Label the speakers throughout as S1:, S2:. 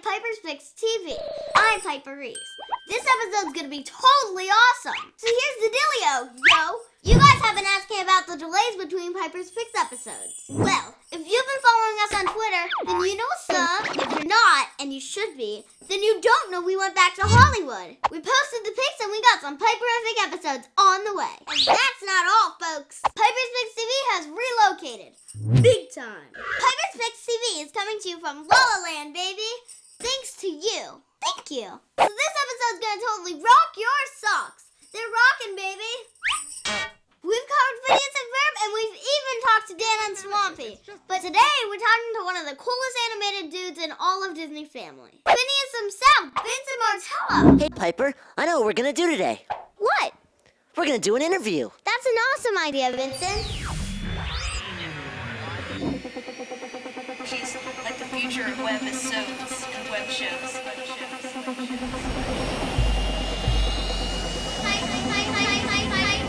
S1: Remix TV. I'm Piper Reese. This episode's gonna be totally awesome. So here's the dealio, yo. You guys have been asking about the delays between Piper's Picks episodes. Well, if you've been following us on Twitter, then you know some. If you're not, and you should be, then you don't know we went back to Hollywood. We posted the pics and we got some Piperific episodes on the way. And that's not all, folks. Piper's Picks TV has relocated. Big time. Piper's Picks TV is coming to you from La La Land, baby. Thanks to you. Thank you. So this episode's gonna totally rock your socks. They're rocking, baby. We've covered Phineas and Ferb, and we've even talked to Dan and Swampy. But today, we're talking to one of the coolest animated dudes in all of Disney family. Phineas himself, Vincent Martello.
S2: Hey, Piper, I know what we're gonna do today.
S1: What?
S2: We're gonna do an interview.
S1: That's an awesome idea, Vincent.
S3: She's like the future of web episodes and web shows. Web shows. Web shows.
S1: Hi, hi, hi, hi, hi, hi, hi.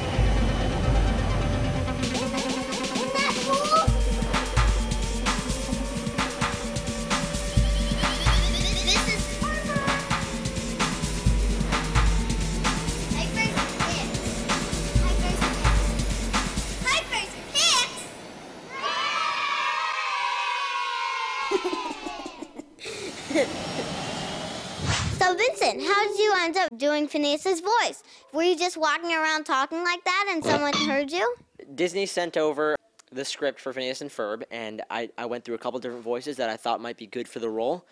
S1: Isn't that cool? This is Harper. Hi, first picks. Hi, first picks. Hi, first picks. So, Vincent, how did you end up doing Phineas's voice? Were you just walking around talking like that and someone heard you?
S4: Disney sent over the script for Phineas and Ferb, and I, I went through a couple different voices that I thought might be good for the role,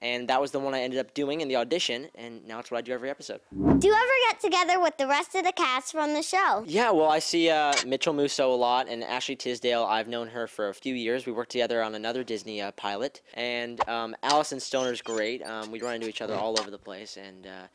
S4: and that was the one I ended up doing in the audition, and now it's what I do every episode.
S1: Do you ever get together with the rest of the cast from the show?
S4: Yeah, well, I see uh, Mitchell Musso a lot, and Ashley Tisdale. I've known her for a few years. We worked together on another Disney uh, pilot, and um, Allison Stoner's great. Um, we run into each other all over the place, and uh,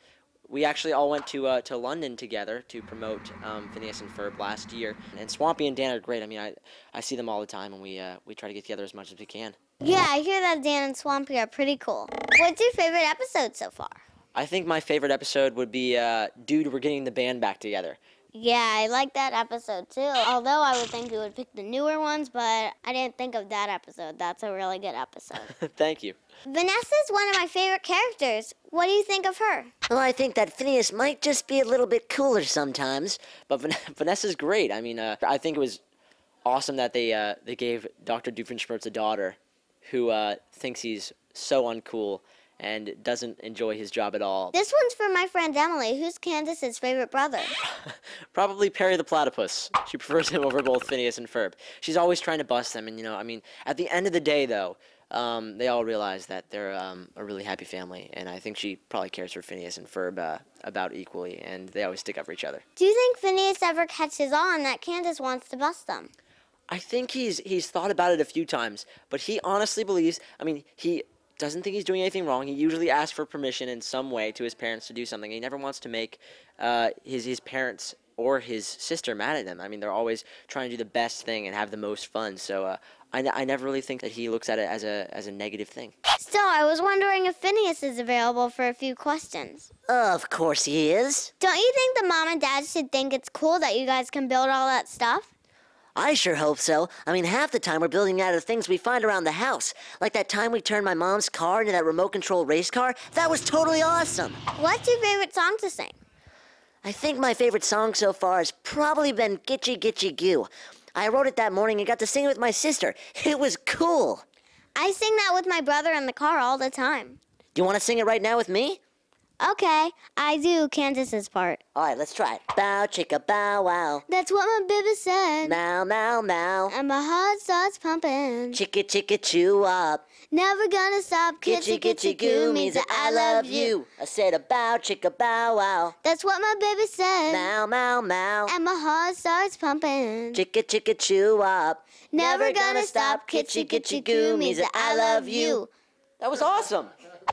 S4: we actually all went to uh, to London together to promote um, Phineas and Ferb last year. And Swampy and Dan are great. I mean, I I see them all the time, and we uh, we try to get together as much as we can.
S1: Yeah, I hear that Dan and Swampy are pretty cool. What's your favorite episode so far?
S4: I think my favorite episode would be uh, Dude, we're getting the band back together.
S1: Yeah, I like that episode too. Although I would think we would pick the newer ones, but I didn't think of that episode. That's a really good episode.
S4: Thank you.
S1: Vanessa's one of my favorite characters. What do you think of her?
S2: Well, I think that Phineas might just be a little bit cooler sometimes.
S4: But Van- Vanessa's great. I mean, uh, I think it was awesome that they uh, they gave Dr. Doofenshmirtz a daughter who uh, thinks he's so uncool and doesn't enjoy his job at all.
S1: This one's for my friend Emily, who's Candace's favorite brother.
S4: Probably Perry the Platypus. She prefers him over both Phineas and Ferb. She's always trying to bust them, and you know, I mean, at the end of the day, though, um, they all realize that they're um, a really happy family, and I think she probably cares for Phineas and Ferb uh, about equally, and they always stick up for each other.
S1: Do you think Phineas ever catches on that Candace wants to bust them?
S4: I think he's he's thought about it a few times, but he honestly believes. I mean, he doesn't think he's doing anything wrong. He usually asks for permission in some way to his parents to do something. He never wants to make uh, his his parents or his sister mad at him. I mean, they're always trying to do the best thing and have the most fun. So uh, I n- I never really think that he looks at it as a as a negative thing.
S1: Still, I was wondering if Phineas is available for a few questions.
S2: Of course he is.
S1: Don't you think the mom and dad should think it's cool that you guys can build all that stuff?
S2: I sure hope so. I mean, half the time we're building out of things we find around the house. Like that time we turned my mom's car into that remote control race car. That was totally awesome.
S1: What's your favorite song to sing?
S2: I think my favorite song so far has probably been Gitchy Gitchy Goo. I wrote it that morning and got to sing it with my sister. It was cool.
S1: I sing that with my brother in the car all the time.
S2: Do you want to sing it right now with me?
S1: Okay, I do Candace's part.
S2: All right, let's try it. Bow chicka bow wow.
S1: That's what my bibba said.
S2: Mow mow mow.
S1: And my heart starts pumping.
S2: Chicka chicka chew up.
S1: Never gonna stop.
S2: Kitchy kitchy goo means that I love you. I said a bow chicka bow wow.
S1: That's what my baby said.
S2: Mow mow mow.
S1: And my heart starts pumping.
S2: Chicka chicka chew up.
S1: Never gonna stop. Kitchy kitchy goo means that I love you.
S4: That was awesome.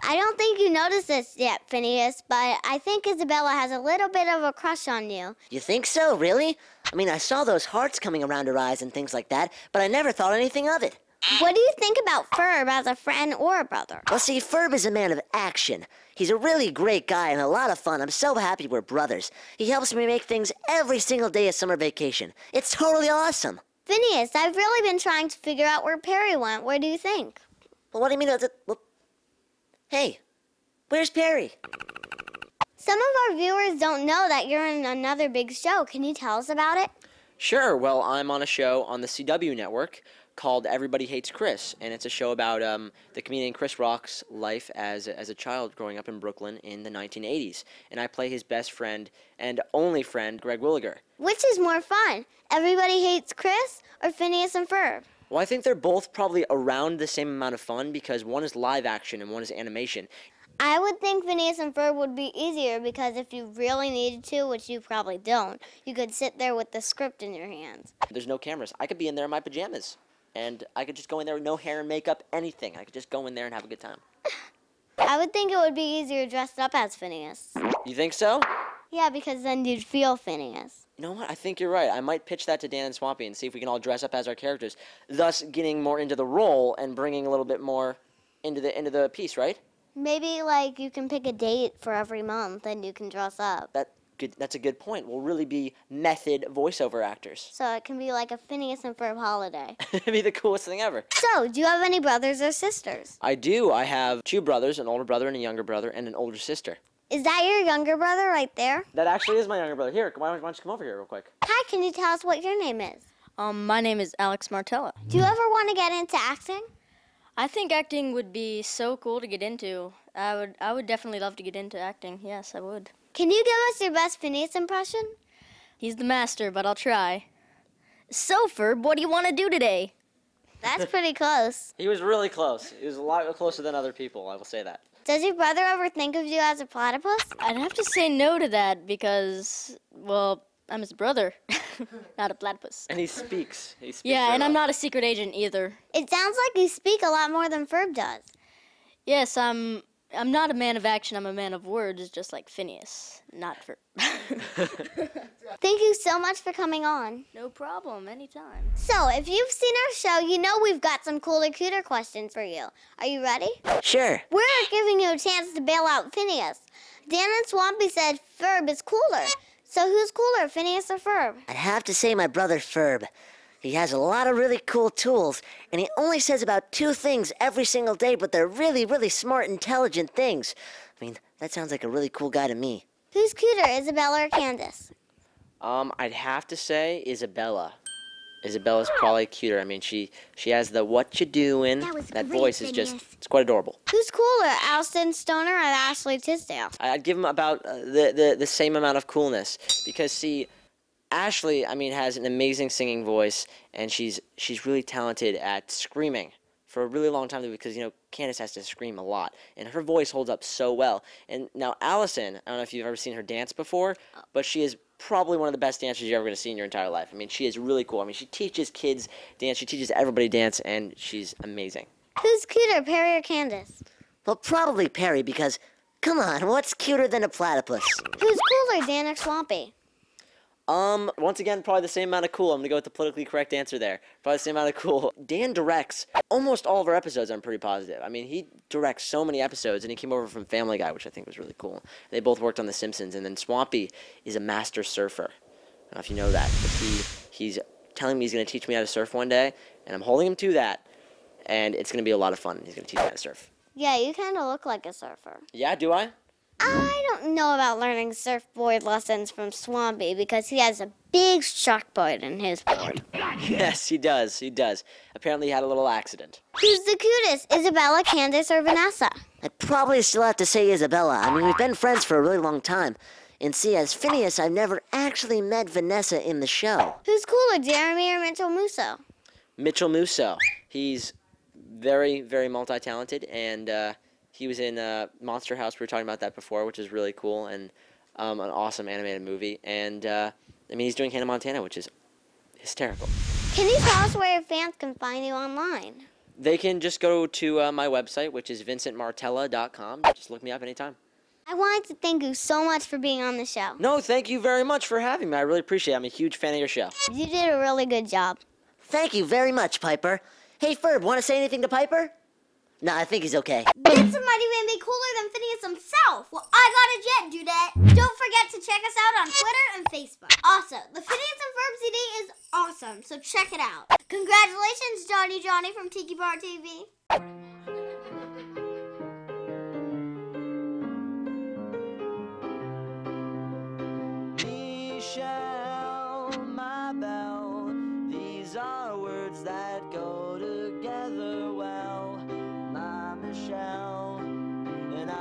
S1: I don't think you noticed this yet, Phineas, but I think Isabella has a little bit of a crush on you.
S2: You think so, really? I mean, I saw those hearts coming around her eyes and things like that, but I never thought anything of it.
S1: What do you think about Ferb as a friend or a brother?
S2: Well, see, Ferb is a man of action. He's a really great guy and a lot of fun. I'm so happy we're brothers. He helps me make things every single day of summer vacation. It's totally awesome.
S1: Phineas, I've really been trying to figure out where Perry went. Where do you think?
S2: Well, what do you mean? that's a- well, Hey, Where's Perry?
S1: Some of our viewers don't know that you're in another big show. Can you tell us about it?
S4: Sure. Well, I'm on a show on the CW network called Everybody Hates Chris, and it's a show about um, the comedian Chris Rock's life as as a child growing up in Brooklyn in the 1980s. And I play his best friend and only friend, Greg Williger.
S1: Which is more fun? Everybody hates Chris or Phineas and Ferb?
S4: Well, I think they're both probably around the same amount of fun because one is live action and one is animation.
S1: I would think Phineas and Ferb would be easier because if you really needed to, which you probably don't, you could sit there with the script in your hands.
S4: There's no cameras. I could be in there in my pajamas, and I could just go in there with no hair and makeup, anything. I could just go in there and have a good time.
S1: I would think it would be easier dressed up as Phineas.
S4: You think so?
S1: Yeah, because then you'd feel Phineas.
S4: You know what? I think you're right. I might pitch that to Dan and Swampy and see if we can all dress up as our characters, thus getting more into the role and bringing a little bit more into the into the piece, right?
S1: Maybe like you can pick a date for every month and you can dress up.
S4: That good. That's a good point. We'll really be method voiceover actors.
S1: So it can be like a Phineas and Ferb holiday.
S4: It'd be the coolest thing ever.
S1: so, do you have any brothers or sisters?
S4: I do. I have two brothers, an older brother and a younger brother, and an older sister.
S1: Is that your younger brother right there?
S4: That actually is my younger brother. Here, why don't why don't you come over here real quick?
S1: Hi, can you tell us what your name is?
S5: Um, my name is Alex Martella.
S1: Do you ever want to get into acting?
S5: I think acting would be so cool to get into. I would, I would definitely love to get into acting. Yes, I would.
S1: Can you give us your best Phineas impression?
S5: He's the master, but I'll try. So, Ferb, what do you want to do today?
S1: That's pretty close.
S4: He was really close. He was a lot closer than other people. I will say that.
S1: Does your brother ever think of you as a platypus?
S5: I'd have to say no to that because, well, I'm his brother, not a platypus.
S4: And he speaks. He speaks.
S5: Yeah,
S4: very
S5: and I'm
S4: well.
S5: not a secret agent either.
S1: It sounds like you speak a lot more than Ferb does.
S5: Yes, I'm. I'm not a man of action. I'm a man of words, just like Phineas, not Ferb.
S1: Thank you so much for coming on.
S5: no problem. Anytime.
S1: So, if you've seen our show, you know we've got some cooler, cuter questions for you. Are you ready?
S2: Sure.
S1: We're giving you a chance to bail out Phineas. Dan and Swampy said Ferb is cooler. So, who's cooler, Phineas or Ferb?
S2: I'd have to say my brother Ferb. He has a lot of really cool tools, and he only says about two things every single day, but they're really, really smart, intelligent things. I mean, that sounds like a really cool guy to me.
S1: Who's cuter, Isabella or Candace?
S4: Um, I'd have to say Isabella. Isabella's probably cuter. I mean, she she has the "What you doing?"
S1: That was great,
S4: voice is
S1: Phineas.
S4: just—it's quite adorable.
S1: Who's cooler, Alston Stoner or Ashley Tisdale?
S4: I- I'd give him about uh, the, the the same amount of coolness because see, Ashley, I mean, has an amazing singing voice, and she's she's really talented at screaming for a really long time because you know Candace has to scream a lot, and her voice holds up so well. And now Allison, I don't know if you've ever seen her dance before, but she is probably one of the best dancers you're ever going to see in your entire life. I mean, she is really cool. I mean, she teaches kids dance, she teaches everybody dance, and she's amazing.
S1: Who's cuter, Perry or Candace?
S2: Well, probably Perry, because, come on, what's cuter than a platypus?
S1: Who's cooler, Dan or Swampy?
S4: Um, once again, probably the same amount of cool. I'm gonna go with the politically correct answer there. Probably the same amount of cool. Dan directs almost all of our episodes. I'm pretty positive. I mean, he directs so many episodes, and he came over from Family Guy, which I think was really cool. They both worked on The Simpsons, and then Swampy is a master surfer. I don't know if you know that, but he he's telling me he's gonna teach me how to surf one day, and I'm holding him to that, and it's gonna be a lot of fun. He's gonna teach me how to surf.
S1: Yeah, you kind of look like a surfer.
S4: Yeah, do I?
S1: I don't know about learning surfboard lessons from Swampy because he has a big shockboard in his board.
S4: Yes, he does. He does. Apparently, he had a little accident.
S1: Who's the cutest, Isabella, Candace, or Vanessa?
S2: I'd probably still have to say Isabella. I mean, we've been friends for a really long time. And see, as Phineas, I've never actually met Vanessa in the show.
S1: Who's cooler, Jeremy or Mitchell Musso?
S4: Mitchell Musso. He's very, very multi-talented, and uh, he was in uh, Monster House. We were talking about that before, which is really cool and um, an awesome animated movie. And uh, I mean, he's doing Hannah Montana, which is hysterical.
S1: Can you tell us where your fans can find you online?
S4: They can just go to uh, my website, which is vincentmartella.com. Just look me up anytime.
S1: I wanted to thank you so much for being on the show.
S4: No, thank you very much for having me. I really appreciate it. I'm a huge fan of your show.
S1: You did a really good job.
S2: Thank you very much, Piper. Hey, Ferb, want to say anything to Piper? No, I think he's okay.
S1: That's mighty man be cooler than Phineas himself. Well, I got a jet, Dudette. Don't forget to check us out on Twitter and Facebook. Also, the Phineas and Ferb CD is awesome, so check it out. Congratulations, Johnny Johnny from Tiki Bar TV.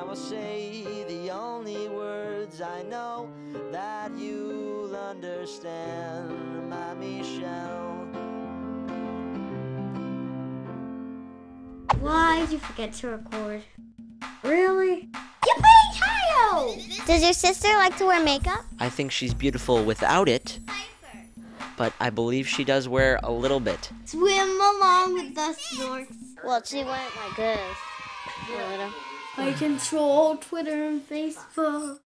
S4: will say the only words I know that you'll understand, my Michelle.
S1: Why'd you forget to record? Really? You playing Tayo! Does your sister like to wear makeup?
S6: I think she's beautiful without it, but I believe she does wear a little bit.
S1: Swim along with us, Snorks.
S2: Well, she
S1: Oh
S2: went like this.
S7: I control Twitter and Facebook.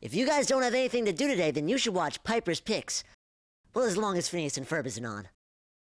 S2: If you guys don't have anything to do today, then you should watch Piper's Picks. Well, as long as Phineas and Ferb isn't on.